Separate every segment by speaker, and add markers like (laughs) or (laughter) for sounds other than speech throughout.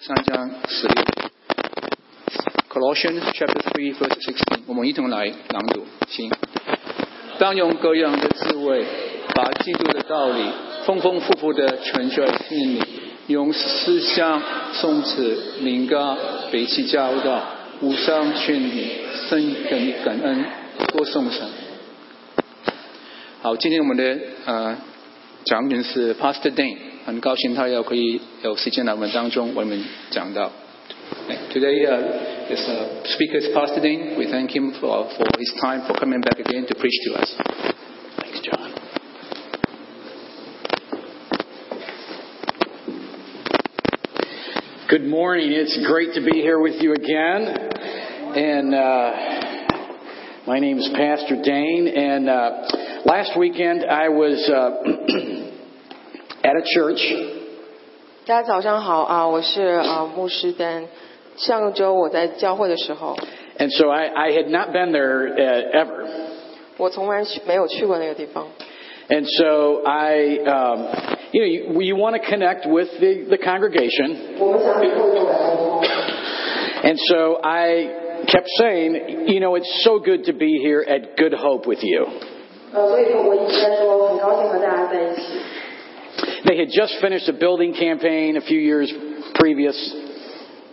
Speaker 1: 三章十六，Colossians chapter three verse sixteen，我们一同来朗读，请。当用各样的智慧，把基督的道理丰丰富富的存在心里，用思想、松弛、灵歌、彼此教导，互相劝勉，深感感恩，多颂神。好，今天我们的呃讲员是 Pastor Dane，很高兴他要可以有时间来我们当中为我们讲到。Today uh, is uh, speaker is Pastor Dean. We thank him for, for his time for coming back again to preach to us. Thanks, John.
Speaker 2: 'em. Good morning. It's great to be here with you again. And uh, my name is Pastor Dane. And uh, last weekend I was uh, (clears throat) at a church.
Speaker 3: 大家早上好啊，我是啊牧师丹。上个周我在教会的时候，
Speaker 2: And so I, I had not been there uh, ever.
Speaker 3: 我从来去没有去过那个地方，
Speaker 2: And so I, um, you know, you, you want to connect with the, the congregation.
Speaker 3: 我们想以后就来沟通。
Speaker 2: And so I kept saying, you know, it's so good to be here at Good Hope with you.
Speaker 3: 呃，所以说我一直在说，很高兴和大家在一起。
Speaker 2: They had just finished a building campaign a few years previous,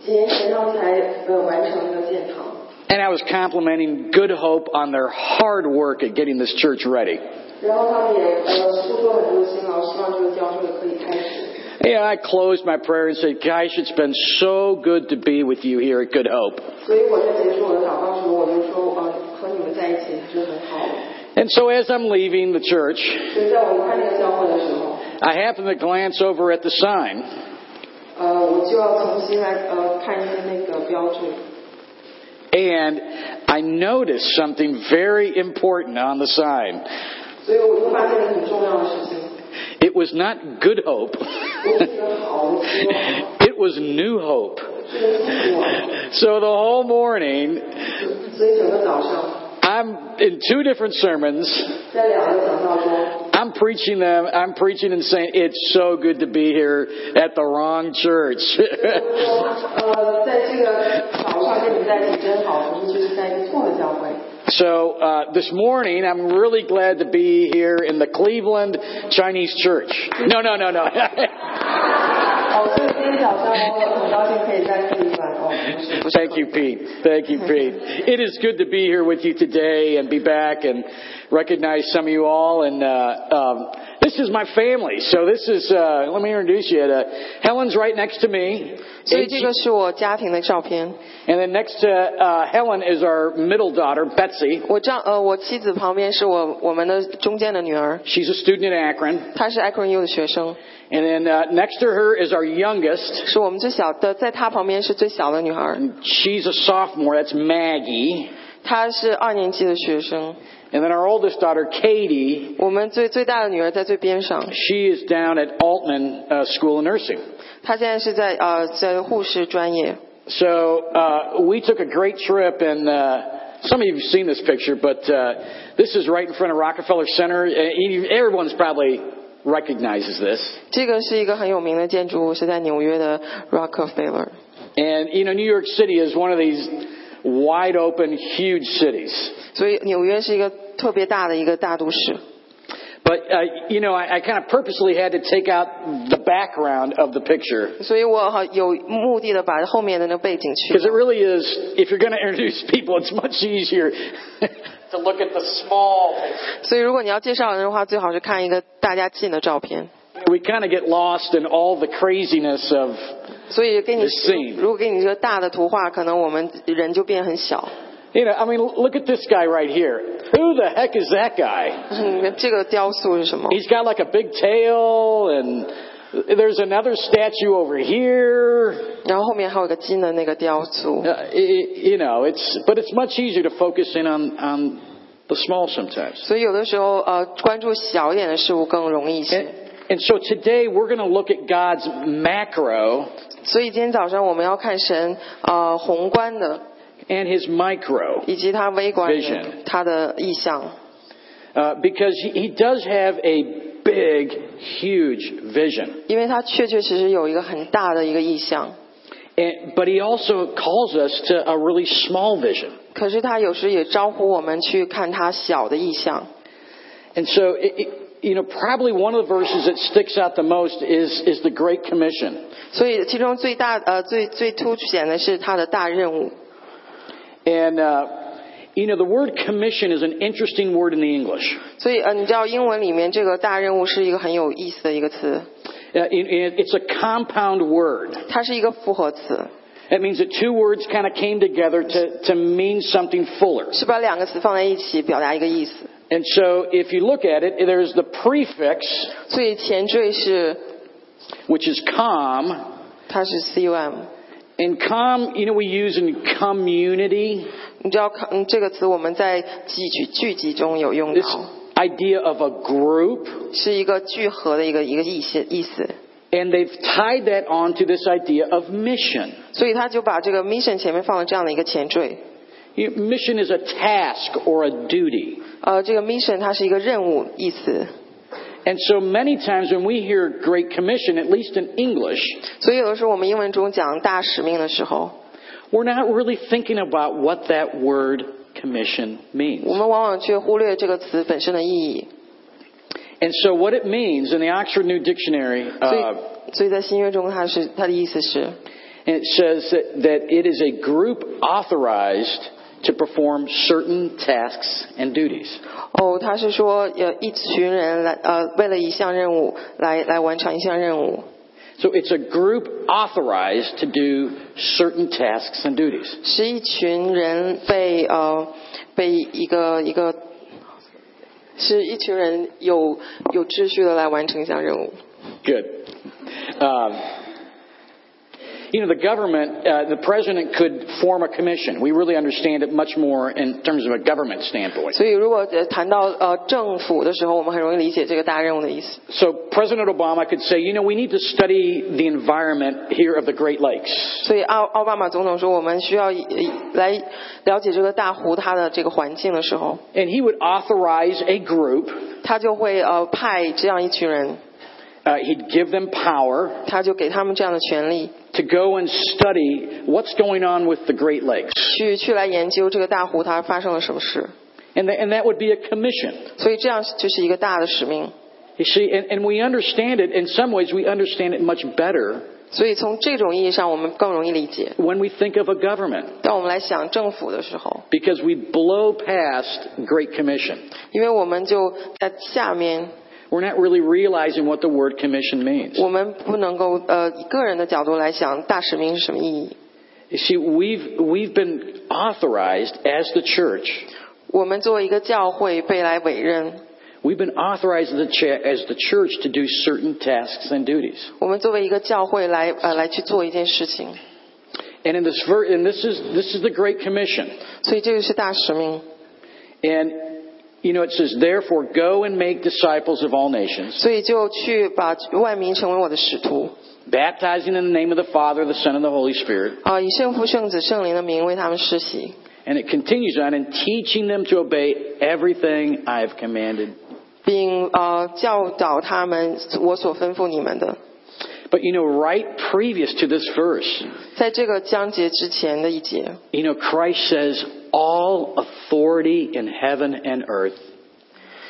Speaker 3: 几年前他们才呃完成了建堂，
Speaker 2: and I was complimenting Good Hope on their hard work at getting this church ready.
Speaker 3: 然后他们也呃付出了很多辛劳，希望这个教会可以开始。
Speaker 2: Yeah, I closed my prayer and said, Guys, it's been so good to be with you here at Good Hope.
Speaker 3: 所以我在结束我的祷告时候，我就说，呃，和你们在一起是很好的。
Speaker 2: And so as I'm leaving the church,
Speaker 3: 所以在我离开那个教会的时候，
Speaker 2: I happen to glance over at the sign
Speaker 3: 呃，我就要重新来呃看一下那个标志，
Speaker 2: and I noticed something very important on the sign.
Speaker 3: 所以我就发现了很重要的事情，
Speaker 2: It was not Good Hope. (laughs)
Speaker 3: 不是一个好的希望，
Speaker 2: it was New Hope.
Speaker 3: 是一个希望。
Speaker 2: So the whole morning,
Speaker 3: 所以整个早上，
Speaker 2: I'm in two different sermons.
Speaker 3: 在两个讲道中，
Speaker 2: I'm preaching them. I'm preaching and saying, it's so good to be here at the wrong church. (laughs)
Speaker 3: 呃，在这个早上跟你们在一起真好，可是这是在一个错的教会。
Speaker 2: so uh, this morning, I'm really glad to be here in the Cleveland Chinese church. No, no, no, (laughs) no.
Speaker 3: 哦，所以今天早上我很高兴可以在这里玩哦，不是不是
Speaker 2: Thank you, Pete. Thank you, Pete. It is good to be here with you today and be back and recognize some of you all. And uh, um, this is my family. So this is, uh, let me introduce you. To, Helen's right next to me.
Speaker 3: 所以
Speaker 2: And
Speaker 3: 这
Speaker 2: she-
Speaker 3: 个是我家庭的照片。
Speaker 2: And then next to uh, Helen is our middle daughter, Betsy.
Speaker 3: 我丈呃，我妻子旁边是我我们的中间的女儿，
Speaker 2: She's a student at Akron.
Speaker 3: 她是 Akron U 的学生，
Speaker 2: And then uh, next to her is our youngest.
Speaker 3: 是我们最小的，在她旁边是最小的女孩，
Speaker 2: She's a sophomore. That's Maggie.
Speaker 3: 她是二年级的学生。
Speaker 2: And then our oldest daughter, Katie.
Speaker 3: 我们最最大的女儿在最边上，
Speaker 2: She is down at Altman uh, School of Nursing.
Speaker 3: 她现在是在呃在护士专业。
Speaker 2: So uh, we took a great trip, and uh, some of you have seen this picture, but uh, this is right in front of Rockefeller Center. Uh, you- Everyone's probably recognizes this.
Speaker 3: 这个是一个很有名的建筑物，是在纽约的 Rockefeller。
Speaker 2: And you know, New York City is one of these wide open, huge cities.
Speaker 3: 所以纽约是一个特别大的一个大都市。
Speaker 2: But uh, you know, I, I kind of purposely had to take out the background of the picture
Speaker 3: 所以我好有目的的把后面的那背景去
Speaker 2: because it really is. If you're going to introduce people, it's much easier (laughs) to look at the small.
Speaker 3: 所以如果你要介绍人的话，最好是看一个大家近的照片。
Speaker 2: We kind of get lost in all the craziness of.
Speaker 3: 所以给你
Speaker 2: This scene
Speaker 3: 如果给你一个大的图画，可能我们人就变很小。
Speaker 2: You know, I mean, look at this guy right here. Who the heck is that guy?
Speaker 3: 嗯，这个雕塑是什么？
Speaker 2: He's got like a big tail, and there's another statue over here.
Speaker 3: (laughs) 然后后面还有一个金的那个雕塑
Speaker 2: Uh,。i- i- you know, it's but it's much easier to focus in on on the small sometimes.
Speaker 3: 所以有的时候呃，关注小一点的事物更容易一
Speaker 2: And,
Speaker 3: 些。
Speaker 2: and so today we're going to look at God's macro
Speaker 3: 所以今天早上我们要看神呃宏观的
Speaker 2: and His micro
Speaker 3: 以及他微观
Speaker 2: Vision
Speaker 3: 的他的意向，
Speaker 2: uh, because he, he does have a big, huge vision,
Speaker 3: 因为他确确实实有一个很大的一个意向。
Speaker 2: And, but he also calls us to a really small vision.
Speaker 3: 可是他有时也招呼我们去看他小的意象。
Speaker 2: And so, it, it, you know, probably one of the verses that sticks out the most is, is the Great Commission.
Speaker 3: 所以其中最大呃最最凸显的是他的大任务。
Speaker 2: And, uh, you know, the word commission is an interesting word in the English.
Speaker 3: 所以呃你知道英文里面这个大任务是一个很有意思的一个词，
Speaker 2: Uh, it- it- it's a compound word.
Speaker 3: 它是一个复合词，
Speaker 2: It means that two words kind of came together to, to mean something fuller.
Speaker 3: 是把两个词放在一起表达一个意思。
Speaker 2: And so if you look at it, there's the prefix,
Speaker 3: 所以前缀是
Speaker 2: which is com.
Speaker 3: 它是 cum，
Speaker 2: And com, you know, we use in community
Speaker 3: 你知道嗯这个词我们在聚集聚集中有用
Speaker 2: this
Speaker 3: 到，
Speaker 2: idea of a group.
Speaker 3: 是一个聚合的一个一个意思意思。
Speaker 2: And they've tied that on to this idea of mission.
Speaker 3: 所以他就把这个 mission 前面放了这样的一个前缀。
Speaker 2: You know, mission is a task or a duty.
Speaker 3: 呃，这个 mission 它是一个任务意思，
Speaker 2: And so many times when we hear Great Commission, at least in English,
Speaker 3: 所以有的时候我们英文中讲大使命的时候，
Speaker 2: we're not really thinking about what that word commission
Speaker 3: 我
Speaker 2: means.
Speaker 3: 们往往却忽略这个词本身的意义。
Speaker 2: And so what it means in the Oxford New Dictionary,
Speaker 3: 所
Speaker 2: uh,
Speaker 3: 以，所以在新约中，它是它的意思是，
Speaker 2: and it says that, that it is a group authorized to perform certain tasks and duties.
Speaker 3: 哦，它是说呃一群人来呃为了一项任务来来完成一项任务，
Speaker 2: So it's a group authorized to do certain tasks and duties.
Speaker 3: 是一群人被呃被一个一个。是一群人有有秩序的来完成一项任务。
Speaker 2: Good. Um, you know, the government, uh, the president could form a commission. We really understand it much more in terms of a government standpoint.
Speaker 3: 所以，如果呃谈到呃政府的时候，我们很容易理解这个大任务的意思。
Speaker 2: So President Obama could say, you know, we need to study the environment here of the Great Lakes.
Speaker 3: 所以奥奥巴马总统说，我们需要呃来了解这个大湖它的这个环境的时候，
Speaker 2: And he would authorize a group.
Speaker 3: 他就会呃派这样一群人，
Speaker 2: Uh, he'd give them power
Speaker 3: 他就给他们这样的权利，
Speaker 2: to go and study what's going on with the Great Lakes.
Speaker 3: 去去来研究这个大湖它发生了什么事。
Speaker 2: And, th- and that would be a commission.
Speaker 3: 所以这样就是一个大的使命。
Speaker 2: You see, and, and we understand it, in some ways, we understand it much better
Speaker 3: 所以从这种意义上，我们更容易理解。
Speaker 2: when we think of a government.
Speaker 3: 当我们来想政府的时候，
Speaker 2: because we blow past Great Commission.
Speaker 3: 因为我们就在下面，
Speaker 2: We're not really realizing what the word commission means.
Speaker 3: 我们不能够呃以个人的角度来想大使命是什么意义。
Speaker 2: You see, we've, we've been authorized as the church.
Speaker 3: 我们作为一个教会被来委任，
Speaker 2: We've been authorized as the, cha- as the church to do certain tasks and duties.
Speaker 3: 我们作为一个教会来呃来去做一件事情，
Speaker 2: And in this, ver- and this is, this is the Great Commission.
Speaker 3: 所以这个是大使命。
Speaker 2: And, you know, it says, therefore go and make disciples of all nations,
Speaker 3: 所以就去把万民成为我的使徒，
Speaker 2: baptizing in the name of the Father, the Son, and the Holy Spirit.
Speaker 3: 啊、以圣父、圣子、圣灵的名为他们施洗，
Speaker 2: And it continues on, and teaching them to obey everything I have commanded
Speaker 3: 并呃教导他们我所吩咐你们的。
Speaker 2: But you know, right previous to this verse,
Speaker 3: 在这个章节之前的一节，
Speaker 2: you know, Christ says, All authority in heaven and earth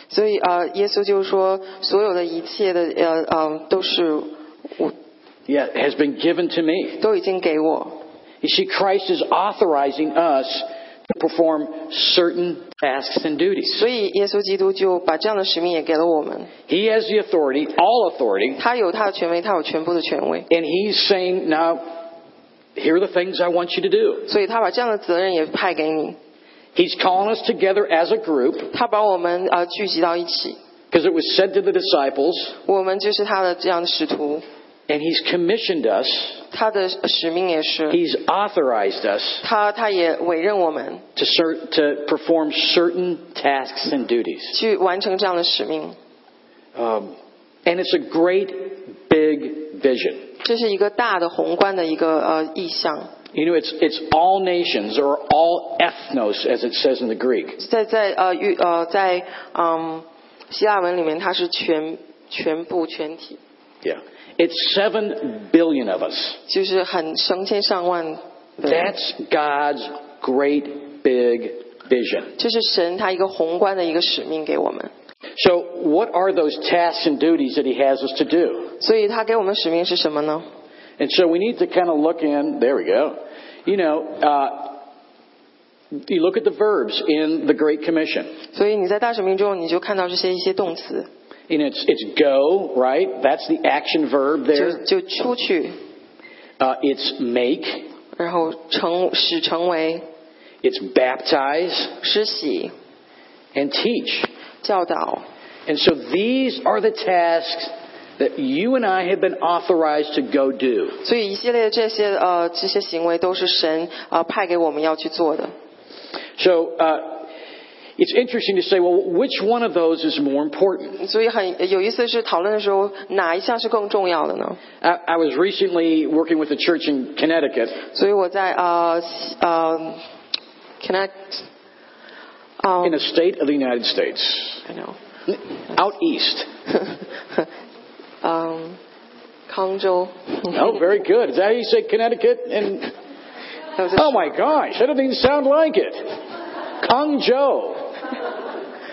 Speaker 3: 所以呃，耶稣就说，所有的一切的呃呃都是我
Speaker 2: yeah, has been given to me.
Speaker 3: 都已经给我，
Speaker 2: You see, Christ is authorizing us to perform certain tasks and duties.
Speaker 3: 所以耶稣基督就把这样的使命也给了我们。
Speaker 2: He has the authority, all authority,
Speaker 3: 他有他的权威，他有全部的权威，
Speaker 2: and He's saying, Now, here are the things I want you to do.
Speaker 3: 所以他把这样的责任也派给你。
Speaker 2: He's calling us together as a group,
Speaker 3: 他把我们呃聚集到一起，
Speaker 2: because it was said to the disciples,
Speaker 3: 我们就是他的这样的使徒，
Speaker 2: and He's commissioned us,
Speaker 3: 他的使命也是，
Speaker 2: He's authorized us.
Speaker 3: 他他也委任我们
Speaker 2: to, cer- to perform certain tasks and duties.
Speaker 3: 去完成这样的使命。
Speaker 2: Um, and it's a great big vision.
Speaker 3: 这是一个大的宏观的一个呃意向，
Speaker 2: You know, it's, it's all nations or all ethnos, as it says in the Greek.
Speaker 3: 在在呃与呃在嗯希腊文里面，它是全全部全体，
Speaker 2: Yeah. It's 7 billion of us.
Speaker 3: 就是很成千上万的人，
Speaker 2: That's God's great big vision.
Speaker 3: 这是神他一个宏观的一个使命给我们。
Speaker 2: So, what are those tasks and duties that He has us to do?
Speaker 3: 所以他给我们使命是什么呢？
Speaker 2: And so we need to kind of look in. There we go. You know, uh, you look at the verbs in the Great Commission.
Speaker 3: 所以你在大使命中，你就看到这些一些动词，
Speaker 2: You know, it's it's go right. That's the action verb
Speaker 3: 就
Speaker 2: there.
Speaker 3: 就出去，
Speaker 2: Uh, it's make.
Speaker 3: 然后成使成为
Speaker 2: It's baptize
Speaker 3: 施洗、
Speaker 2: and teach.
Speaker 3: 教导。
Speaker 2: And so these are the tasks that you and I have been authorized to go do.
Speaker 3: 所以一系列这些呃这些行为都是神呃派给我们要去做的。
Speaker 2: So uh, it's interesting to say, well, which one of those is more important?
Speaker 3: 所以很有意思是讨论的时候，哪一项是更重要的呢？
Speaker 2: I, I was recently working with a church in Connecticut.
Speaker 3: 所以我在呃西呃，connect，哦
Speaker 2: in a state of the United States,
Speaker 3: I know，
Speaker 2: out east.
Speaker 3: 嗯，康州， (laughs)
Speaker 2: Oh, very good. Is that how you say Connecticut? And
Speaker 3: 还有就是
Speaker 2: oh my gosh, that doesn't even sound like it. Kung Joe.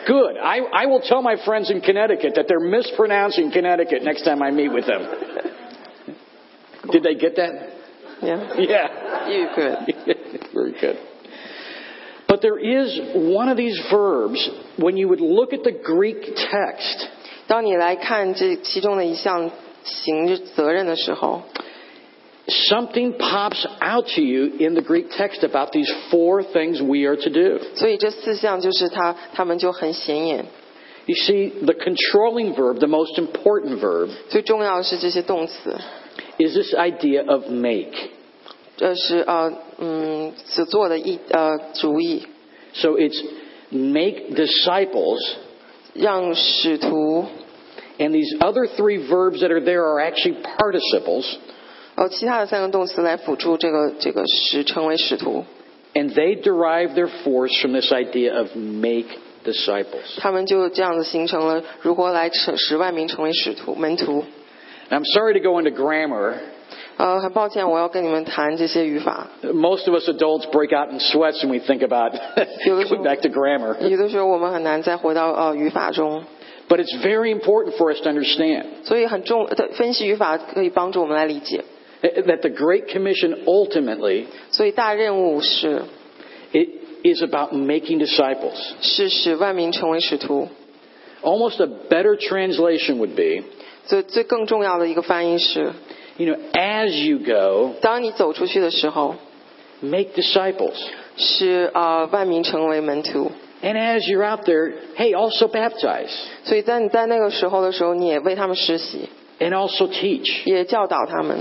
Speaker 2: Good. I, I will tell my friends in Connecticut that they're mispronouncing Connecticut next time I meet with them. Did they get that?
Speaker 3: Yeah,
Speaker 2: Yeah. (laughs)
Speaker 3: you good.
Speaker 2: very good. But there is one of these verbs when you would look at the Greek text.
Speaker 3: 当你来看这其中的一项行责任的时候，
Speaker 2: something pops out to you in the Greek text about these four things we are to do.
Speaker 3: 所以这四项就是他他们就很显眼。
Speaker 2: You see, the controlling verb, the most important verb,
Speaker 3: 最重要的是这些动词，
Speaker 2: is this idea of make.
Speaker 3: 这是呃嗯所做的一呃主意，
Speaker 2: So it's make disciples,
Speaker 3: 让使徒
Speaker 2: and these other three verbs that are there are actually participles,
Speaker 3: 呃其他的三个动词来辅助这个这个使成为使徒，
Speaker 2: and they derive their force from this idea of make disciples.
Speaker 3: 他们就这样子形成了如何来使十万名成为使徒门徒。
Speaker 2: And I'm sorry to go into grammar.
Speaker 3: 呃，很抱歉，我要跟你们谈这些语法。
Speaker 2: Most of us adults break out in sweats when we think about (laughs) going back to grammar.
Speaker 3: 有的时候我们很难再回到呃语法中，
Speaker 2: But it's very important for us to understand
Speaker 3: 所以很重呃分析语法可以帮助我们来理解。
Speaker 2: that the Great Commission ultimately
Speaker 3: 所以大任务是
Speaker 2: it is about making disciples.
Speaker 3: 是使万民成为使徒。
Speaker 2: Almost a better translation would be,
Speaker 3: 所以最更重要的一个翻译是，
Speaker 2: you know, as you go,
Speaker 3: 当你走出去的时候，
Speaker 2: make disciples.
Speaker 3: 是啊、呃万民成为门徒。
Speaker 2: And as you're out there, hey, also baptize
Speaker 3: 所以在你在那个时候的时候，你也为他们施洗，
Speaker 2: and also teach.
Speaker 3: 也教导他们。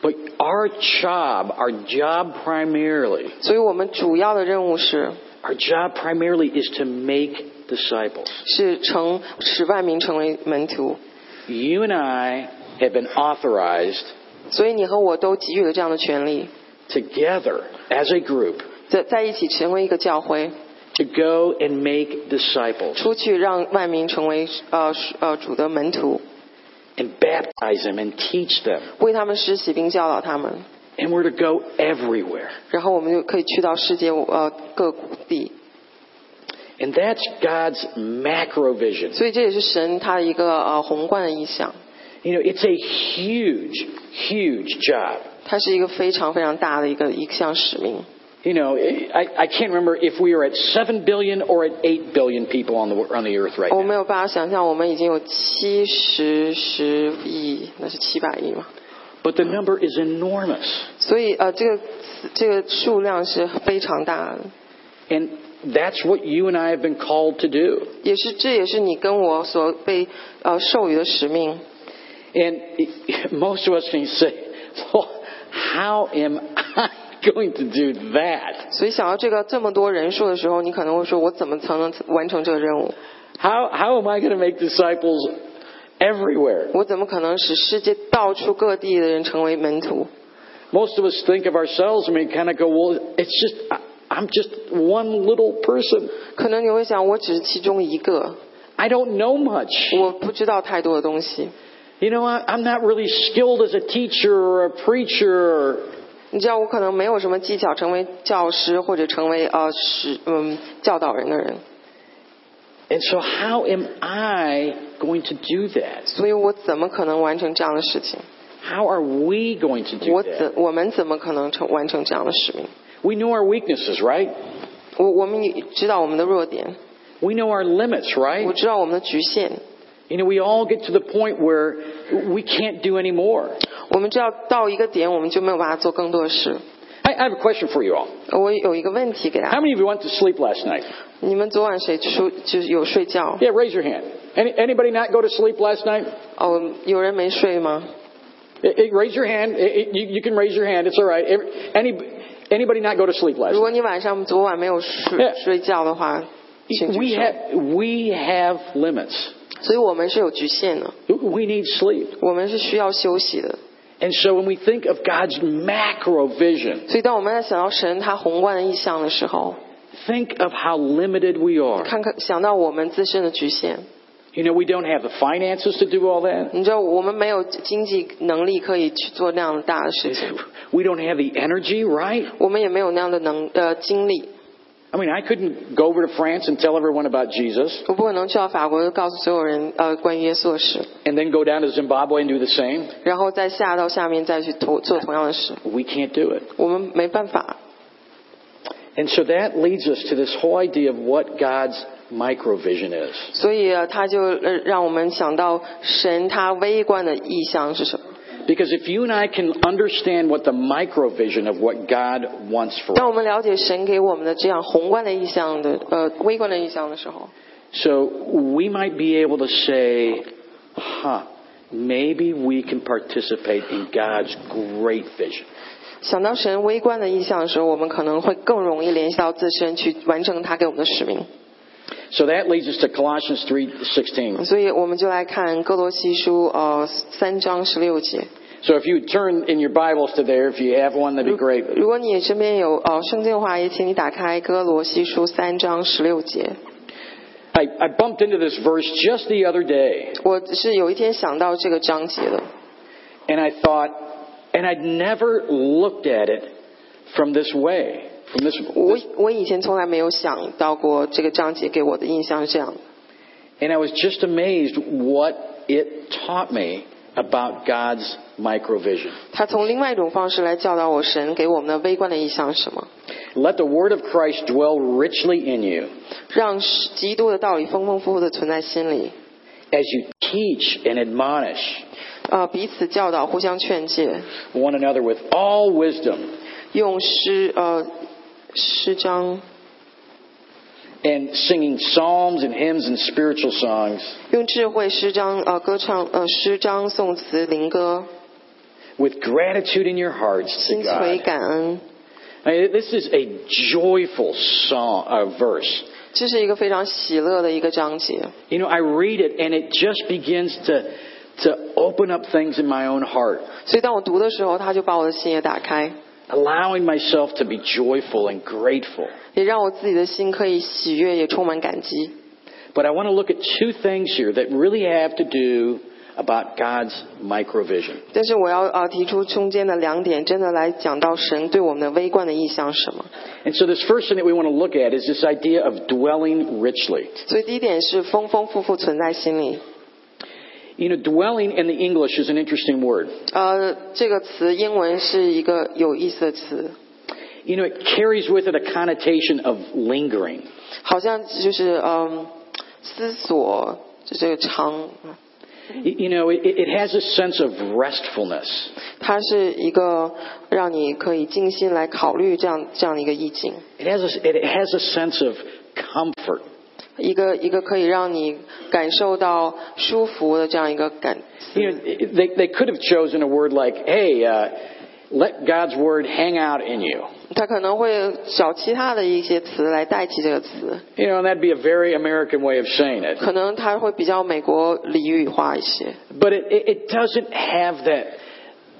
Speaker 2: But our job, our job primarily,
Speaker 3: 所以我们主要的任务是
Speaker 2: our job primarily is to make disciples.
Speaker 3: 是成使万民成为门徒。
Speaker 2: You and I have been authorized
Speaker 3: 所以你和我都给予了这样的权利，
Speaker 2: together as a group
Speaker 3: 在在一起成为一个教会，
Speaker 2: to go and make disciples
Speaker 3: 出去让万民成为呃呃主的门徒，
Speaker 2: and baptize them and teach them.
Speaker 3: 为他们施洗并教导他们，
Speaker 2: And we're to go everywhere.
Speaker 3: 然后我们就可以去到世界呃各地。
Speaker 2: And that's God's macro vision.
Speaker 3: 所以这也是神他的一个呃宏观的意象，
Speaker 2: You know, it's a huge, huge job.
Speaker 3: 它是一个非常非常大的一个一项使命。
Speaker 2: You know, I, I can't remember if we are at 7 billion or at 8 billion people on the, on the earth right
Speaker 3: 我
Speaker 2: now.
Speaker 3: 没有办法想象，我们已经有七十十亿，那是七百亿嘛？
Speaker 2: But the number is enormous.
Speaker 3: 所以呃，这个这个数量是非常大的，
Speaker 2: And that's what you and I have been called to do.
Speaker 3: 也是这也是你跟我所被呃授予的使命。
Speaker 2: And (laughs) it- most of us can say, well, how am (laughs) I going to do that?
Speaker 3: 所以想到这个这么多人数的时候，你可能会说，我怎么才能完成这个任务？
Speaker 2: How, how am I going to make disciples everywhere?
Speaker 3: 我怎么可能使世界到处各地的人成为门徒？
Speaker 2: Most of us think of ourselves and we kind of go, well, it's just, I- I'm just one little person.
Speaker 3: 可能你会想，我只是其中一个，
Speaker 2: I don't know much.
Speaker 3: 我不知道太多的东西。
Speaker 2: you know, I, I'm not really skilled as a teacher or a preacher or
Speaker 3: 你知道我可能没有什么技巧成为教师或者成为呃是嗯教导人的人，
Speaker 2: And so, how am I going to do that?
Speaker 3: 所以我怎么可能完成这样的事情？
Speaker 2: How are we going to do
Speaker 3: 我
Speaker 2: that?
Speaker 3: 怎我们怎么可能成完成这样的使命？
Speaker 2: We know our weaknesses, right?
Speaker 3: 我我们也知道我们的弱点，
Speaker 2: We know our limits, right?
Speaker 3: 我知道我们的局限，
Speaker 2: You know, we all get to the point where we can't do any more.
Speaker 3: 我们知道到一个点我们就没有办法做更多的事。
Speaker 2: I, I have a question for you all.
Speaker 3: 我有一个问题给大
Speaker 2: How
Speaker 3: 家：
Speaker 2: many of you went to sleep last night?
Speaker 3: 你们昨晚谁出就是有睡觉？
Speaker 2: Yeah, raise your hand. Any, anybody not go to sleep last night?
Speaker 3: 哦，有人没睡吗？
Speaker 2: It- it- raise your hand. It- it- you, you can raise your hand. It's all right. Every- any, anybody not go to sleep last night?
Speaker 3: 如果你晚上昨晚没有睡
Speaker 2: Yeah.
Speaker 3: 睡觉的话，请举
Speaker 2: We
Speaker 3: 手。
Speaker 2: have, we have limits.
Speaker 3: 所以我们是有局限的，
Speaker 2: We need sleep.
Speaker 3: 我们是需要休息的。
Speaker 2: And so when we think of God's macro vision,
Speaker 3: 所以当我们在想到神他宏观的意象的时候，
Speaker 2: think of how limited we are.
Speaker 3: 看看想到我们自身的局限，
Speaker 2: You know, we don't have the finances to do all that.
Speaker 3: 你知道我们没有经济能力可以去做那样的大的事情，
Speaker 2: We don't have the energy, right?
Speaker 3: 我们也没有那样的能呃精力。
Speaker 2: I mean, I couldn't go over to France and tell everyone about Jesus
Speaker 3: 我不可能去到法国就告诉所有人呃关于耶稣的事，
Speaker 2: and then go down to Zimbabwe and do the same.
Speaker 3: 然后再下到下面再去同做同样的事，
Speaker 2: We can't do it.
Speaker 3: 我们没办法。
Speaker 2: And so that leads us to this whole idea of what God's micro vision is.
Speaker 3: 所以呃他就呃让我们想到神他微观的意象是什么。
Speaker 2: Because if you and I can understand what the micro vision of what God wants for
Speaker 3: 当
Speaker 2: us.
Speaker 3: 我们了解神给我们的这样宏观的意象的呃微观的意象的时候，
Speaker 2: So we might be able to say, huh, maybe we can participate in God's great vision.
Speaker 3: 想到神微观的意象的时候，我们可能会更容易联系到自身去完成他给我们的使命。
Speaker 2: So that leads us to Colossians 3:16.
Speaker 3: 所以我们就来看哥罗西书呃三章十六节。
Speaker 2: So if you turn in your Bibles to there, if you have one, that'd be great.
Speaker 3: 如果你身边有呃圣经的话，也请你打开哥罗西书三章十六节。
Speaker 2: I, I bumped into this verse just the other day,
Speaker 3: 我是有一天想到这个章节的，
Speaker 2: and I thought, and I'd never looked at it from this way, from this,
Speaker 3: 我
Speaker 2: this
Speaker 3: 我以前从来没有想到过这个章节给我的印象是这样的。
Speaker 2: and I was just amazed what it taught me about God's micro vision.
Speaker 3: 他从另外一种方式来教导我神给我们的微观的意象是什么，
Speaker 2: Let the word of Christ dwell richly in you
Speaker 3: 让基督的道理丰丰富富的存在心里，
Speaker 2: as you teach and admonish
Speaker 3: 呃，彼此教导，互相劝诫，
Speaker 2: one another with all wisdom
Speaker 3: 用诗呃诗章，
Speaker 2: and singing psalms and hymns and spiritual songs
Speaker 3: 用智慧诗章呃歌唱呃诗章颂词灵歌，
Speaker 2: with gratitude in your hearts
Speaker 3: 心
Speaker 2: to
Speaker 3: 存
Speaker 2: God.
Speaker 3: 感恩，
Speaker 2: I mean, this is a joyful song, uh, verse.
Speaker 3: 这是一个非常喜乐的一个章节。
Speaker 2: You know, I read it and it just begins to to open up things in my own heart,
Speaker 3: 所以当我读的时候，他就把我的心也打开，
Speaker 2: allowing myself to be joyful and grateful.
Speaker 3: 也让我自己的心可以喜悦，也充满感激。
Speaker 2: But I want to look at two things here that really have to do about God's microvision.
Speaker 3: 但是我要呃提出中间的两点，真的来讲到神对我们的微观的意向是什么。
Speaker 2: And so this first thing that we want to look at is this idea of dwelling richly.
Speaker 3: 所以第一点是丰丰富富存在心里。
Speaker 2: You know, dwelling in the English is an interesting word.
Speaker 3: 呃，这个词英文是一个有意思的词，
Speaker 2: You know, it carries with it a connotation of lingering.
Speaker 3: 好像就是嗯思索，就这个长，
Speaker 2: Y- You know, it, it has a sense of restfulness.
Speaker 3: 它是一个让你可以静心来考虑这样这样的一个意境，
Speaker 2: It has a, it has a sense of comfort.
Speaker 3: 一个一个可以让你感受到舒服的这样一个感。
Speaker 2: You know, it- they, they could have chosen a word like, hey, uh, let God's word hang out in you.
Speaker 3: 他可能会找其他的一些词来代替这个词，
Speaker 2: You know, and that'd be a very American way of saying it.
Speaker 3: 可能他会比较美国俚语化一些。
Speaker 2: But it, it, it doesn't have that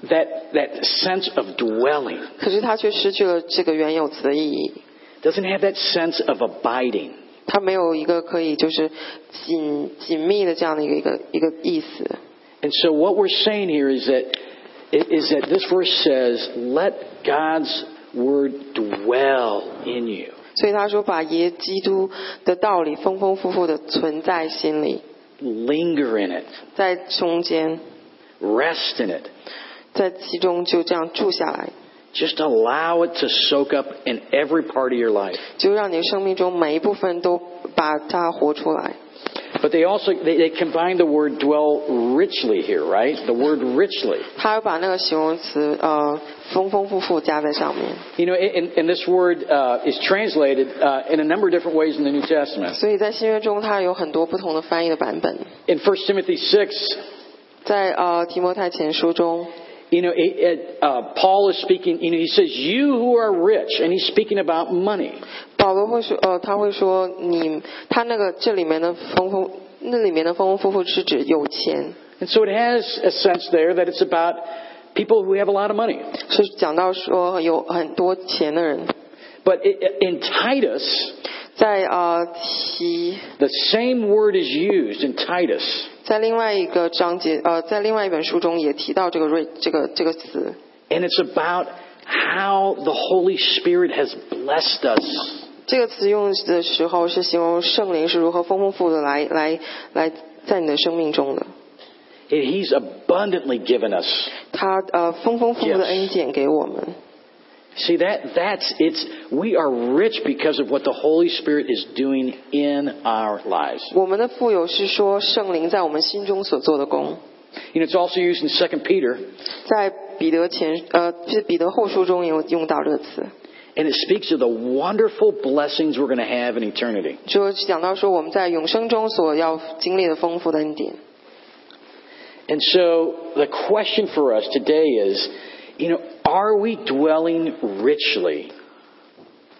Speaker 2: that that sense of dwelling.
Speaker 3: 可是它却失去了这个原有词的意义，
Speaker 2: Doesn't have that sense of abiding.
Speaker 3: 它没有一个可以就是紧紧密的这样的一个一个一个意思。
Speaker 2: And so what we're saying here is that is that this verse says, "Let God's word dwell in you."
Speaker 3: 所以他说，把耶基督的道理丰丰富富的存在心里，
Speaker 2: linger in it,
Speaker 3: 在中间，
Speaker 2: rest in it.
Speaker 3: 在其中就这样住下来，
Speaker 2: Just allow it to soak up in every part of your life.
Speaker 3: 就让你生命中每一部分都把它活出来。
Speaker 2: But they also they, they combine the word dwell richly here, right? The word richly.
Speaker 3: 他把那个形容词呃丰丰富富加在上面，
Speaker 2: You know, and, and this word uh, is translated uh, in a number of different ways in the New Testament.
Speaker 3: 所以在新约中它有很多不同的翻译的版本。
Speaker 2: In 1 Timothy six,
Speaker 3: 在呃提摩太前书中，
Speaker 2: you know, it, it, uh, Paul is speaking. You know, he says, "You who are rich," and he's speaking about money.
Speaker 3: 保罗会说呃他会说你他那个这里面的丰丰那里面的丰丰富富是指有钱，
Speaker 2: And so it has a sense there that it's about people who have a lot of money.
Speaker 3: 是讲到说有很多钱的人。
Speaker 2: But it, in Titus,
Speaker 3: 在呃提
Speaker 2: the same word is used in Titus.
Speaker 3: 在另外一个章节呃在另外一本书中也提到这个瑞这个这个词。
Speaker 2: And it's about how the Holy Spirit has blessed us.
Speaker 3: 这个词用的时候是形容圣灵是如何丰丰富富的来来来在你的生命中的，
Speaker 2: And He's abundantly given us.
Speaker 3: 他呃丰丰富富的
Speaker 2: Yes.
Speaker 3: 恩典给我们。
Speaker 2: See that that's it's we are rich because of what the Holy Spirit is doing in our lives.
Speaker 3: 我们的富有是说圣灵在我们心中所做的功，
Speaker 2: You know, it's also used in Second Peter,
Speaker 3: 在彼得前呃是彼得后书中也有用到这个词，
Speaker 2: and it speaks of the wonderful blessings we're going to have in eternity.
Speaker 3: 就讲到说我们在永生中所要经历的丰富的恩典。
Speaker 2: And so the question for us today is, you know, are we dwelling richly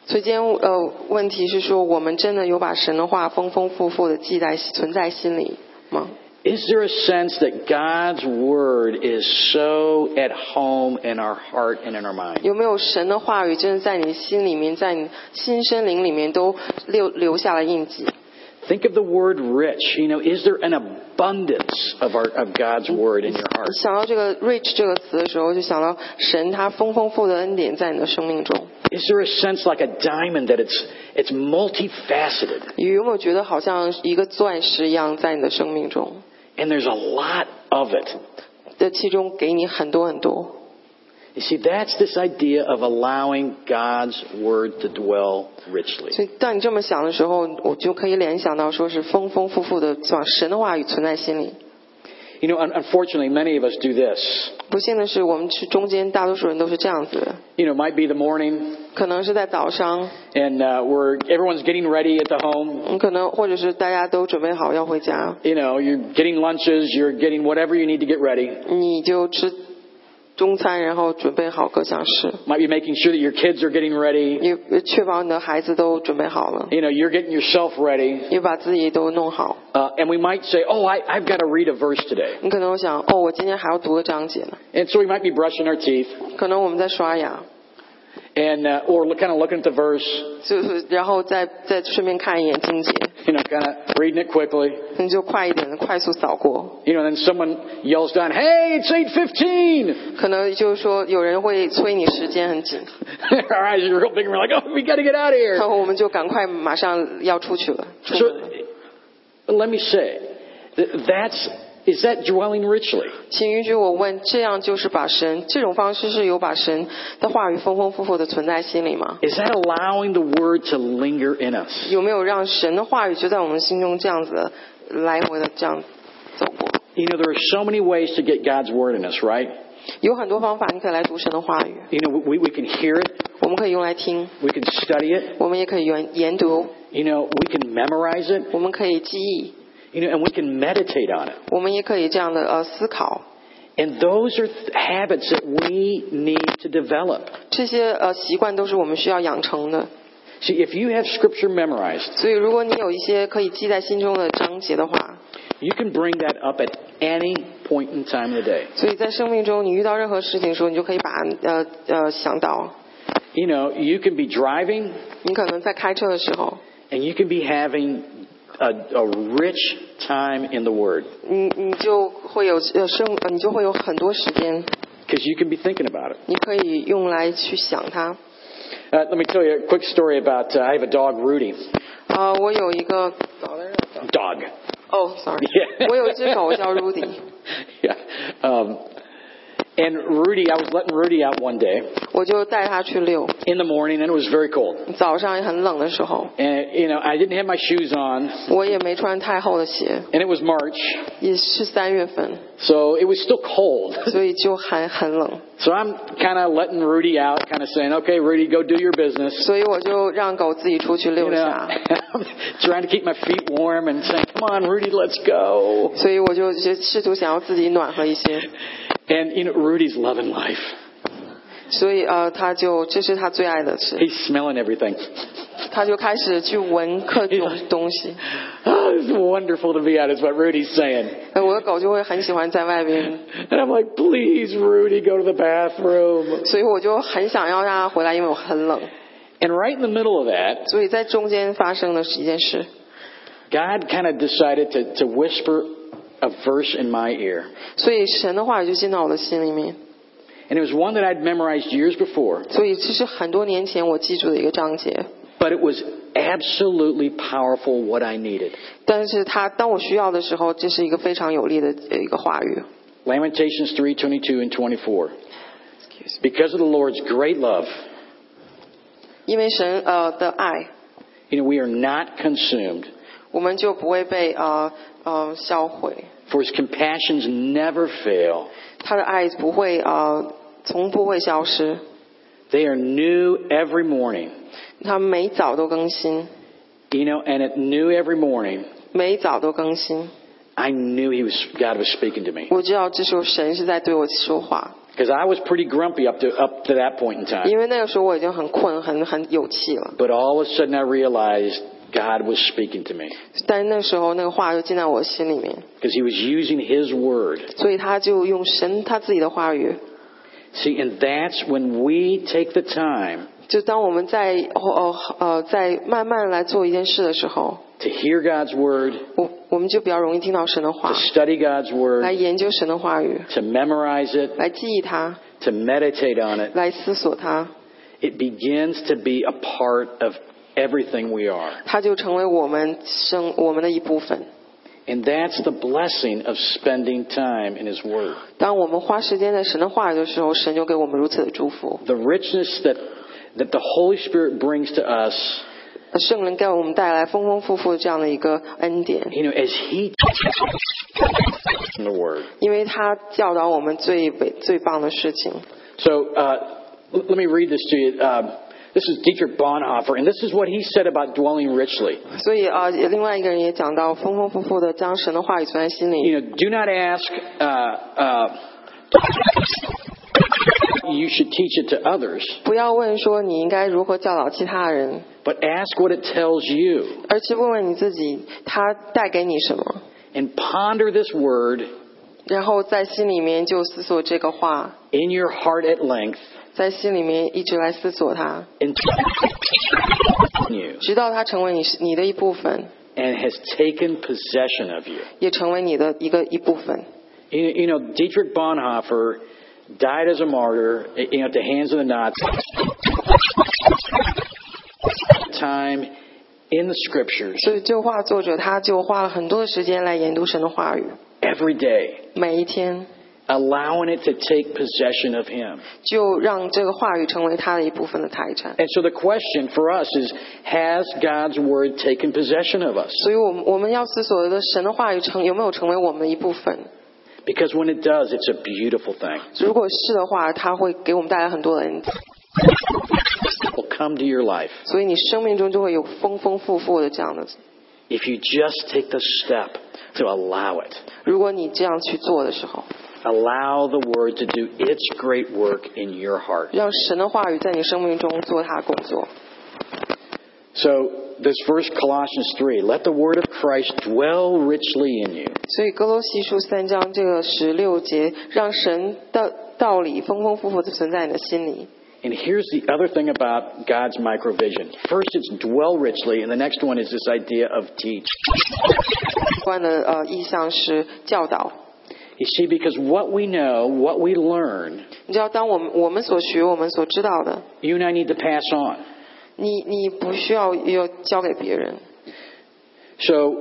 Speaker 3: 所以今天呃问题是说我们真的有把神的话丰丰富富的记在存在心里吗？
Speaker 2: Is there a sense that God's Word is so at home in our heart and in our mind?
Speaker 3: 有没有神的话语真的在你心里面，在你心生灵里面都留留下了印记？
Speaker 2: Think of the word rich. You know, is there an abundance of, our, of God's Word in your heart?
Speaker 3: 想到这个 “rich” 这个词的时候，就想到神他丰丰富的恩典在你的生命中。
Speaker 2: Is there a sense like a diamond that it's, it's multifaceted
Speaker 3: 有没有觉得好像一个钻石一样在你的生命中？
Speaker 2: and there's a lot of it?
Speaker 3: 这其中给你很多很多。
Speaker 2: You see, that's this idea of allowing God's Word to dwell richly.
Speaker 3: 所以当你这么想的时候，我就可以联想到说是丰丰富富的，把神的话语存在心里。
Speaker 2: You know, un- unfortunately, many of us do this.
Speaker 3: 不幸的是，我们是中间大多数人都是这样子的，
Speaker 2: You know, it might be the morning
Speaker 3: 可能是在早上，
Speaker 2: and uh, we're, everyone's getting ready at the home.
Speaker 3: 嗯可能或者是大家都准备好要回家，
Speaker 2: you know, you're getting lunches, you're getting whatever you need to get ready.
Speaker 3: 你就吃中餐，然后准备好各项事，
Speaker 2: Might be making sure that your kids are getting ready.
Speaker 3: 也也确保你的孩子都准备好了，
Speaker 2: You know, you're getting yourself ready.
Speaker 3: 也把自己都弄好。
Speaker 2: Uh, and we might say, oh, I, I've got to read a verse today.
Speaker 3: 你可能会想，哦，我今天还要读个章节呢。
Speaker 2: And so we might be brushing our teeth
Speaker 3: 可能我们在刷牙，
Speaker 2: and, uh, or look, kind of looking at the verse,
Speaker 3: 就是然后再再顺便看一眼经节，
Speaker 2: you know, kind of reading it quickly.
Speaker 3: 你就快一点的快速扫过。
Speaker 2: You know, and then someone yells down, hey, it's 8.15.
Speaker 3: 可能就是说有人会催你时间很紧，
Speaker 2: (laughs) our eyes are real big and we're like, oh, we got to get out of here.
Speaker 3: 然后我们就赶快马上要出去了。出门
Speaker 2: So let me say, th- that's, is that dwelling richly?
Speaker 3: 请允许我问，这样就是把神这种方式是有把神的话语丰丰富富的存在心里吗？
Speaker 2: Is that allowing the word to linger in us?
Speaker 3: 有没有让神的话语就在我们心中这样子来回的这样走过？
Speaker 2: You know, there are so many ways to get God's word in us, right?
Speaker 3: 有很多方法，你可以来读神的话语，
Speaker 2: You know, we, we can hear it,
Speaker 3: 我们可以用来听，
Speaker 2: we can study it,
Speaker 3: 我们也可以研研读，
Speaker 2: you know, we can memorize it,
Speaker 3: 我们可以记忆，
Speaker 2: you know, and we can meditate on it.
Speaker 3: 我们也可以这样的呃思考。
Speaker 2: And those are th- habits that we need to develop.
Speaker 3: 这些呃习惯都是我们需要养成的，
Speaker 2: See, if you have scripture memorized,
Speaker 3: 所以如果你有一些可以记在心中的章节的话，
Speaker 2: you can bring that up at any point in time of the day.
Speaker 3: 所以在生命中你遇到任何事情的时候，你就可以把呃呃想到，
Speaker 2: You know, you can be driving
Speaker 3: 你可能在开车的时候，
Speaker 2: and you can be having a, a rich time in the Word
Speaker 3: 你你就会有呃生呃你就会有很多时间，
Speaker 2: because you can be thinking about it.
Speaker 3: 你可以用来去想它。
Speaker 2: Uh, let me tell you a quick story about uh, I have a dog, Rudy.
Speaker 3: 啊、我有一个搞得让
Speaker 2: Dog. (laughs)
Speaker 3: 哦，sorry，
Speaker 2: Yeah.
Speaker 3: 我有一只狗叫 Rudy，
Speaker 2: Yeah. Um, and Rudy, I was letting Rudy out one day
Speaker 3: 我就带它去遛。
Speaker 2: in the morning, and it was very cold.
Speaker 3: 早上也很冷的时候，
Speaker 2: And you know, I didn't have my shoes on,
Speaker 3: 我也没穿太厚的鞋，
Speaker 2: and it was March,
Speaker 3: 也是三月份，
Speaker 2: so it was still cold.
Speaker 3: 所以就还很冷，
Speaker 2: So I'm kind of letting Rudy out, kind of saying, "Okay, Rudy, go do your business."
Speaker 3: 所以我就让狗自己出去
Speaker 2: You
Speaker 3: 遛一
Speaker 2: know,
Speaker 3: 下。
Speaker 2: (laughs) I'm trying to keep my feet warm and saying, "Come on, Rudy, let's go."
Speaker 3: 所以我就就试图想要自己暖和一些，
Speaker 2: And you know, Rudy's loving life.
Speaker 3: 所以呃，他就这是他最爱的事，
Speaker 2: He's smelling everything.
Speaker 3: 他就开始去闻各种东西。
Speaker 2: Oh, it's wonderful to be out, is what Rudy's saying.
Speaker 3: 呃我的狗就会很喜欢在外边，
Speaker 2: And I'm like, please, Rudy, go to the bathroom.
Speaker 3: 所以我就很想要让它回来，因为我很冷。
Speaker 2: And right in the middle of that,
Speaker 3: 所以在中间发生的是一件事，
Speaker 2: God kind of decided to, to whisper a verse in my ear.
Speaker 3: 所以神的话语就进到我的心里面。
Speaker 2: And it was one that I'd memorized years before,
Speaker 3: 所以这是很多年前我记住的一个章节，
Speaker 2: but it was absolutely powerful what I needed.
Speaker 3: 但是它当我需要的时候，这是一个非常有力的呃一个话语。
Speaker 2: Lamentations 3:22 and 24. Because of the Lord's great love,
Speaker 3: 因为神呃的爱，
Speaker 2: you know, we are not consumed,
Speaker 3: 我们就不会被呃呃销毁，
Speaker 2: for his compassions never fail.
Speaker 3: 他的爱不会呃从不会消失，
Speaker 2: They are new every morning.
Speaker 3: 他每早都更新，
Speaker 2: You know, and at new every morning,
Speaker 3: 每早都更新。
Speaker 2: I knew he was God was speaking to me
Speaker 3: 我知道这时候神是在对我说话，
Speaker 2: because I was pretty grumpy up to up to that point in time.
Speaker 3: 因为那个时候我已经很困，很很有气了。
Speaker 2: But all of a sudden, I realized God was speaking to me
Speaker 3: 但是那时候那个话就进到我心里面，
Speaker 2: because He was using His word.
Speaker 3: 所以他就用神他自己的话语。
Speaker 2: See, and that's when we take the time
Speaker 3: 就当我们在哦哦呃在慢慢来做一件事的时候，
Speaker 2: to hear God's word,
Speaker 3: 我我们就比较容易听到神的话
Speaker 2: to，study God's
Speaker 3: 来
Speaker 2: word,
Speaker 3: 研究神的话语，
Speaker 2: to memorize it,
Speaker 3: 来记忆它，
Speaker 2: to meditate on it.
Speaker 3: 来思索它，
Speaker 2: It begins to be a part of everything we are.
Speaker 3: 它就成为我们生我们的一部分。
Speaker 2: And that's the blessing of spending time in His word.
Speaker 3: 当我们花时间在神的话语的时候，神就给我们如此的祝福。
Speaker 2: The richness that, that the Holy Spirit brings to us,
Speaker 3: 圣灵给我们带来丰丰富富的这样的一个恩典，
Speaker 2: you know, as He in the word.
Speaker 3: 因为他教导我们最伟最棒的事情。
Speaker 2: So uh, l- let me read this to you. Um, this is Dietrich Bonhoeffer, and this is what he said about dwelling richly.
Speaker 3: 所以啊，也另外一个人也讲到，丰丰富富的将神的话语存在心里。
Speaker 2: You know, do not ask. Uh, uh, you should teach it to others,
Speaker 3: 不要问说你应该如何教导其他人，
Speaker 2: but ask what it tells you,
Speaker 3: 而是问问你自己，他带给你什么，
Speaker 2: and ponder this word
Speaker 3: 然后在心里面就思索这个话，
Speaker 2: in your heart at length,
Speaker 3: 在心里面一直来思索它，
Speaker 2: and you,
Speaker 3: 直到它成为你你的一部分，
Speaker 2: and has taken possession of you.
Speaker 3: 也成为你的一个一部分。
Speaker 2: You you know, Dietrich Bonhoeffer died as a martyr, eh, you know, at the hands of the Nazis. Time in the scriptures
Speaker 3: 所以这话作者他就花了很多的时间来研读神的话语，
Speaker 2: every day,
Speaker 3: 每一天
Speaker 2: allowing it to take possession of him.
Speaker 3: 就让这个话语成为他的一部分的财产。
Speaker 2: And so the question for us is, has God's word taken possession of us?
Speaker 3: 所以，我们我们要思索的神的话语成有没有成为我们的一部分？
Speaker 2: Because when it does, it's a beautiful thing.
Speaker 3: 如果是的话，它会给我们带来很多的恩赐，
Speaker 2: It will come to your life
Speaker 3: 所以你生命中就会有丰丰富富的这样的。
Speaker 2: if you just take the step to allow it.
Speaker 3: 如果你这样去做的时候，
Speaker 2: Allow the word to do its great work in your heart.
Speaker 3: 让神的话语在你生命中做它的工作。
Speaker 2: So this verse, Colossians 3, let the word of Christ dwell richly in you.
Speaker 3: 所以，哥罗西书三章这个十六节，让神的道理丰丰富富的存在你的心里，
Speaker 2: And here's the other thing about God's microvision. First, it's dwell richly, and the next one is this idea of teach.
Speaker 3: 观的呃意向是教导。
Speaker 2: You see, because what we know, what we learn,
Speaker 3: 你知道，当我们我们所学、我们所知道的，
Speaker 2: you and I need to pass on.
Speaker 3: 你你不需要要教给别人。
Speaker 2: So,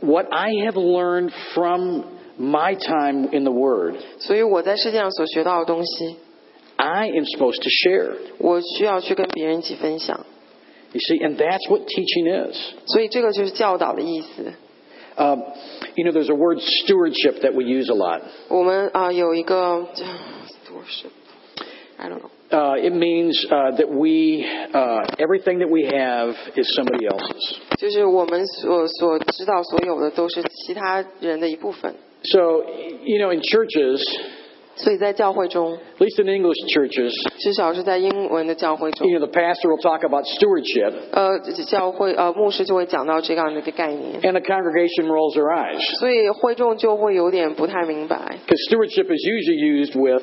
Speaker 2: what I have learned from my time in the Word,
Speaker 3: 所以我在世界上所学到的东西，
Speaker 2: I am supposed to share.
Speaker 3: 我需要去跟别人一起分享。
Speaker 2: You see, and that's what teaching is.
Speaker 3: 所以这个就是教导的意思。
Speaker 2: Um, you know, there's a word stewardship that we use a lot.
Speaker 3: 我们啊、呃有一个叫 stewardship，I don't know。
Speaker 2: Uh, it means uh, that we, uh, everything that we have is somebody else's.
Speaker 3: 就是我们所所知道所有的都是其他人的一部分，
Speaker 2: So, you know, in churches,
Speaker 3: 所以在教会中，
Speaker 2: at least in English churches,
Speaker 3: 至少是在英文的教会中
Speaker 2: you，know, the pastor will talk about stewardship,
Speaker 3: 呃，教会呃牧师就会讲到这样的一个概念，
Speaker 2: and the congregation rolls their eyes.
Speaker 3: 所以会众就会有点不太明白。
Speaker 2: Because stewardship is usually used with,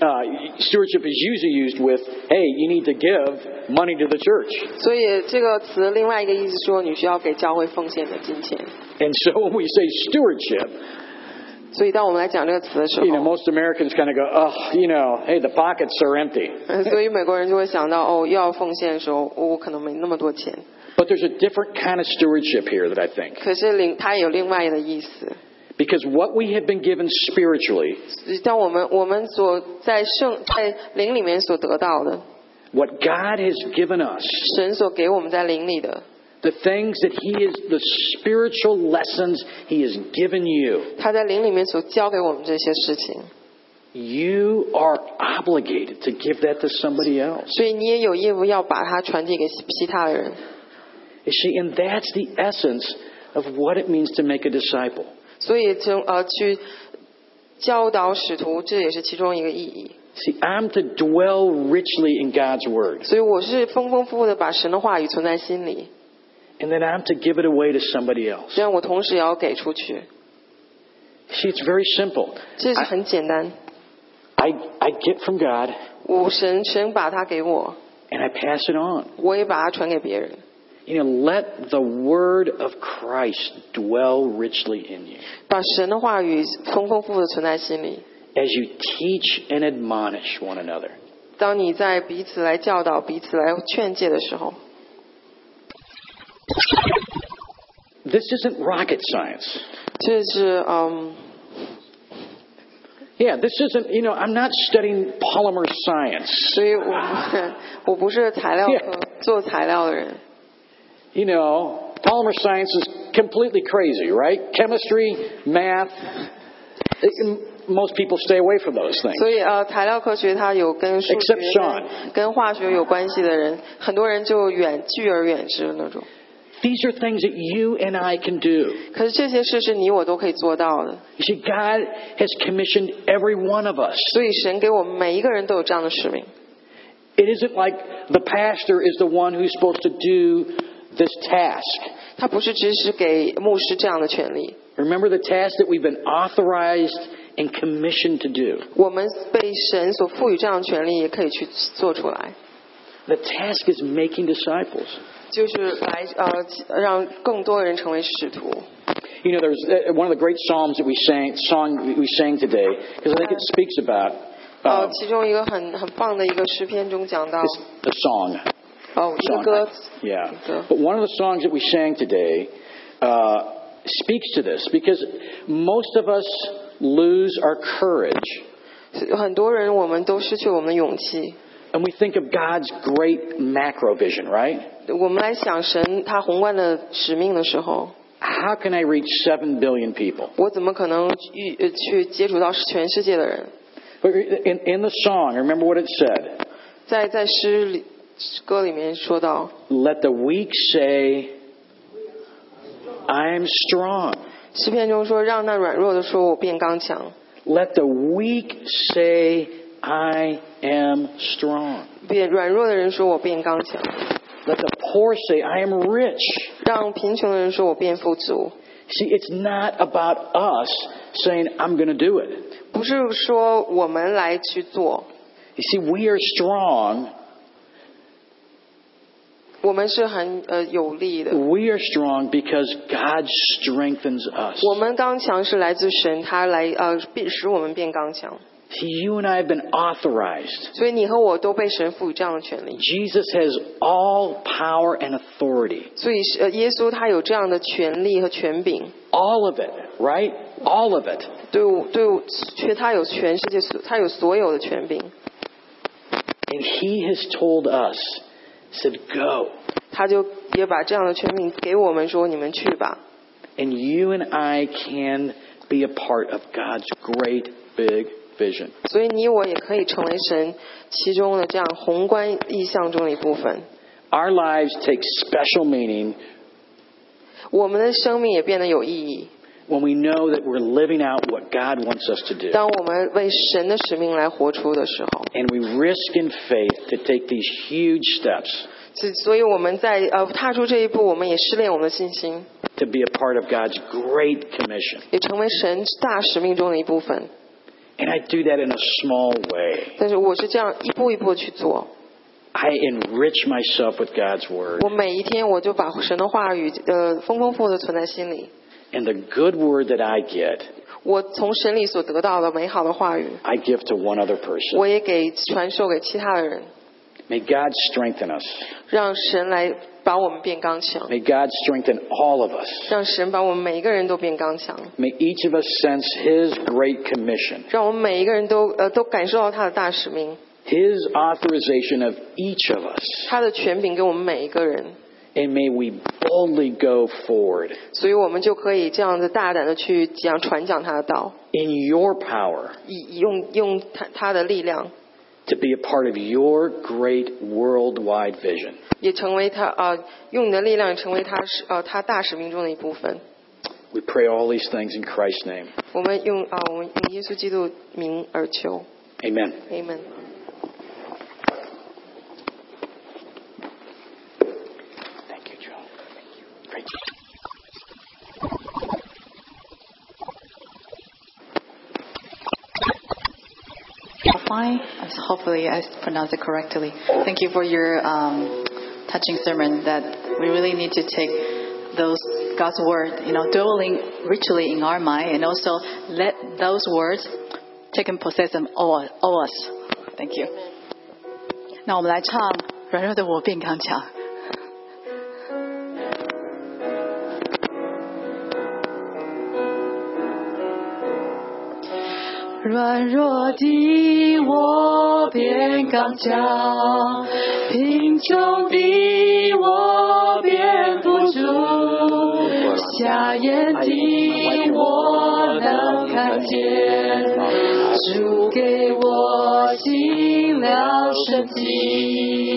Speaker 2: uh, stewardship is usually used with, hey, you need to give money to the church.
Speaker 3: 所以这个词另外一个意思说，你需要给教会奉献的金钱。
Speaker 2: And so (laughs) when we say stewardship,
Speaker 3: 所以当我们来讲这个词的时
Speaker 2: you know,
Speaker 3: 候，
Speaker 2: most Americans kind of go, oh, you know, hey, the pockets are empty.
Speaker 3: 呃 (laughs) 所以美国人就会想到哦，又要奉献的时候，哦我可能没那么多钱。
Speaker 2: But there's a different kind of stewardship here that I think.
Speaker 3: 可是另它也有另外的意思。
Speaker 2: Because what we have been given spiritually,
Speaker 3: 当我们我们所在圣在灵里面所得到的，
Speaker 2: what God has given us,
Speaker 3: 神所给我们在灵里的，
Speaker 2: the things that He is, the spiritual lessons He has given you,
Speaker 3: 他在灵里面所教给我们这些事情，
Speaker 2: you are obligated to give that to somebody else.
Speaker 3: 所以你也有义务要把它传递给其他的人。
Speaker 2: You see, and that's the essence of what it means to make a disciple.
Speaker 3: 所以从呃去教导使徒，这也是其中一个意义。
Speaker 2: See, I'm to dwell richly in God's Word,
Speaker 3: 所以我是丰丰富富的把神的话语存在心里，
Speaker 2: and then I'm to give it away to somebody else.
Speaker 3: 但我同时也要给出去，
Speaker 2: See, it's very simple.
Speaker 3: 这是很简单。
Speaker 2: I, I get from God,
Speaker 3: 我神神把它给我，
Speaker 2: and I pass it on.
Speaker 3: 我也把它传给别人。
Speaker 2: You know, let the word of Christ dwell richly in you
Speaker 3: 把神的话语丰丰富富的存在心里。
Speaker 2: as you teach and admonish one another.
Speaker 3: 当你在彼此来教导、彼此来劝诫的时候，
Speaker 2: This isn't rocket science.
Speaker 3: 这是嗯，
Speaker 2: Yeah, this isn't, you know, I'm not studying polymer science.
Speaker 3: 所以
Speaker 2: (laughs)
Speaker 3: 我我不是材料科
Speaker 2: Yeah.
Speaker 3: 做材料的人，
Speaker 2: You know, polymer science is completely crazy, right? Chemistry, math. it- most people stay away from those things.
Speaker 3: 所以呃，材料科学它有跟数
Speaker 2: Except
Speaker 3: 学
Speaker 2: Sean.
Speaker 3: 跟、跟化学有关系的人，很多人就远拒而远之那种。
Speaker 2: These are things that you and I can do.
Speaker 3: 可是这些事是你我都可以做到的，
Speaker 2: You see, God has commissioned every one of us.
Speaker 3: 所以神给我们每一个人都有这样的使命。
Speaker 2: It isn't like the pastor is the one who's supposed to do this task.
Speaker 3: 他不是只是给牧师这样的权利，
Speaker 2: Remember the task that we've been authorized and commissioned to do.
Speaker 3: 我们被神所赋予这样的权利，也可以去做出来，
Speaker 2: The task is making disciples.
Speaker 3: 就是来呃让更多人成为使徒。
Speaker 2: You know, there's uh, one of the great psalms that we sang, song we sang today, because I think it speaks about uh,
Speaker 3: 呃，其中一个很很棒的一个诗篇中讲到，
Speaker 2: it's the song.
Speaker 3: 哦，一个
Speaker 2: song
Speaker 3: 歌
Speaker 2: yeah.
Speaker 3: 歌
Speaker 2: But one of the songs that we sang today uh, speaks to this because most of us lose our courage
Speaker 3: 很多人我们都失去我们的勇气。
Speaker 2: And we think of God's great macro vision, right?
Speaker 3: 我们来想神他宏观的使命的时候，
Speaker 2: How can I reach 7 billion people?
Speaker 3: 我怎么可能去呃去接触到全世界的人？
Speaker 2: But In, in the song, remember what it said
Speaker 3: 在在诗里歌里面说到，
Speaker 2: Let the weak say, I am strong.
Speaker 3: 诗篇中说让那软弱的说我变刚强，
Speaker 2: Let the weak say, I am strong.
Speaker 3: 变软弱的人说我变刚强，
Speaker 2: Let the poor say, I am rich.
Speaker 3: 让贫穷的人说我变富足。
Speaker 2: See, it's not about us saying, I'm going to do it.
Speaker 3: 不是说我们来去做，
Speaker 2: You see, we are strong.
Speaker 3: 我们是很呃有力的。
Speaker 2: We are strong because God strengthens us.
Speaker 3: 我们刚强是来自神，他来呃变使我们变刚强。
Speaker 2: See, you and I have been authorized.
Speaker 3: 所以你和我都被神赋予这样的权利。
Speaker 2: Jesus has all power and authority.
Speaker 3: 所以是呃耶稣他有这样的权利和权柄，
Speaker 2: All of it, right? All of it.
Speaker 3: 对我对我，却他有全世界所他有所有的权柄，
Speaker 2: And He has told us, said, go.
Speaker 3: 他就也把这样的权柄给我们说你们去吧。
Speaker 2: And you and I can be a part of God's great big vision.
Speaker 3: 所以你我也可以成为神其中的这样宏观意象中的一部分。
Speaker 2: Our lives take special meaning
Speaker 3: 我们的生命也变得有意义。
Speaker 2: when we know that we're living out what God wants us to do.
Speaker 3: 当我们为神的使命来活出的时候，
Speaker 2: And we risk in faith to take these huge steps
Speaker 3: 所所以我们在呃踏出这一步，我们也试炼我们的信心，
Speaker 2: to be a part of God's great commission.
Speaker 3: 也成为神大使命中的一部分。
Speaker 2: And I do that in a small way.
Speaker 3: 但是我是这样一步一步去做，
Speaker 2: I enrich myself with God's word.
Speaker 3: 我每一天我就把神的话语呃丰丰富富的存在心里。
Speaker 2: And the good word that I get,
Speaker 3: 我从神里所得到的美好的话语，
Speaker 2: I give to one other person.
Speaker 3: 我也给传授给其他的人，
Speaker 2: May God strengthen us.
Speaker 3: 让神来把我们变刚强，
Speaker 2: May God strengthen all of us.
Speaker 3: 让神把我们每一个人都变刚强，
Speaker 2: May each of us sense His great commission,
Speaker 3: 让我们每一个人都呃都感受到他的大使命，
Speaker 2: His authorization of each of us.
Speaker 3: 他的权柄给我们每一个人，
Speaker 2: And may we boldly go forward
Speaker 3: 所以我们就可以这样子大胆的去讲传讲他的道，
Speaker 2: in your power
Speaker 3: 以用用他他的力量，
Speaker 2: to be a part of your great worldwide vision.
Speaker 3: 也成为他啊、呃用你的力量成为他使呃他大使命中的一部分。
Speaker 2: We pray all these things in Christ's name.
Speaker 3: 我们用啊、我们用耶稣基督名而求
Speaker 2: Amen.
Speaker 3: ，Amen。
Speaker 2: Thank you, Joe. Thank you. Great.
Speaker 4: Fine. Hopefully, I pronounced it correctly. Thank you for your um, touching sermon. That we really need to take those God's word, you know, dwelling richly in our mind, and also let those words take possess of all, all us. Thank you. 那我们来唱《软弱的我变刚强》。软弱的我变刚强，贫穷的我变富足，瞎眼的我能看见，主给我新了生机。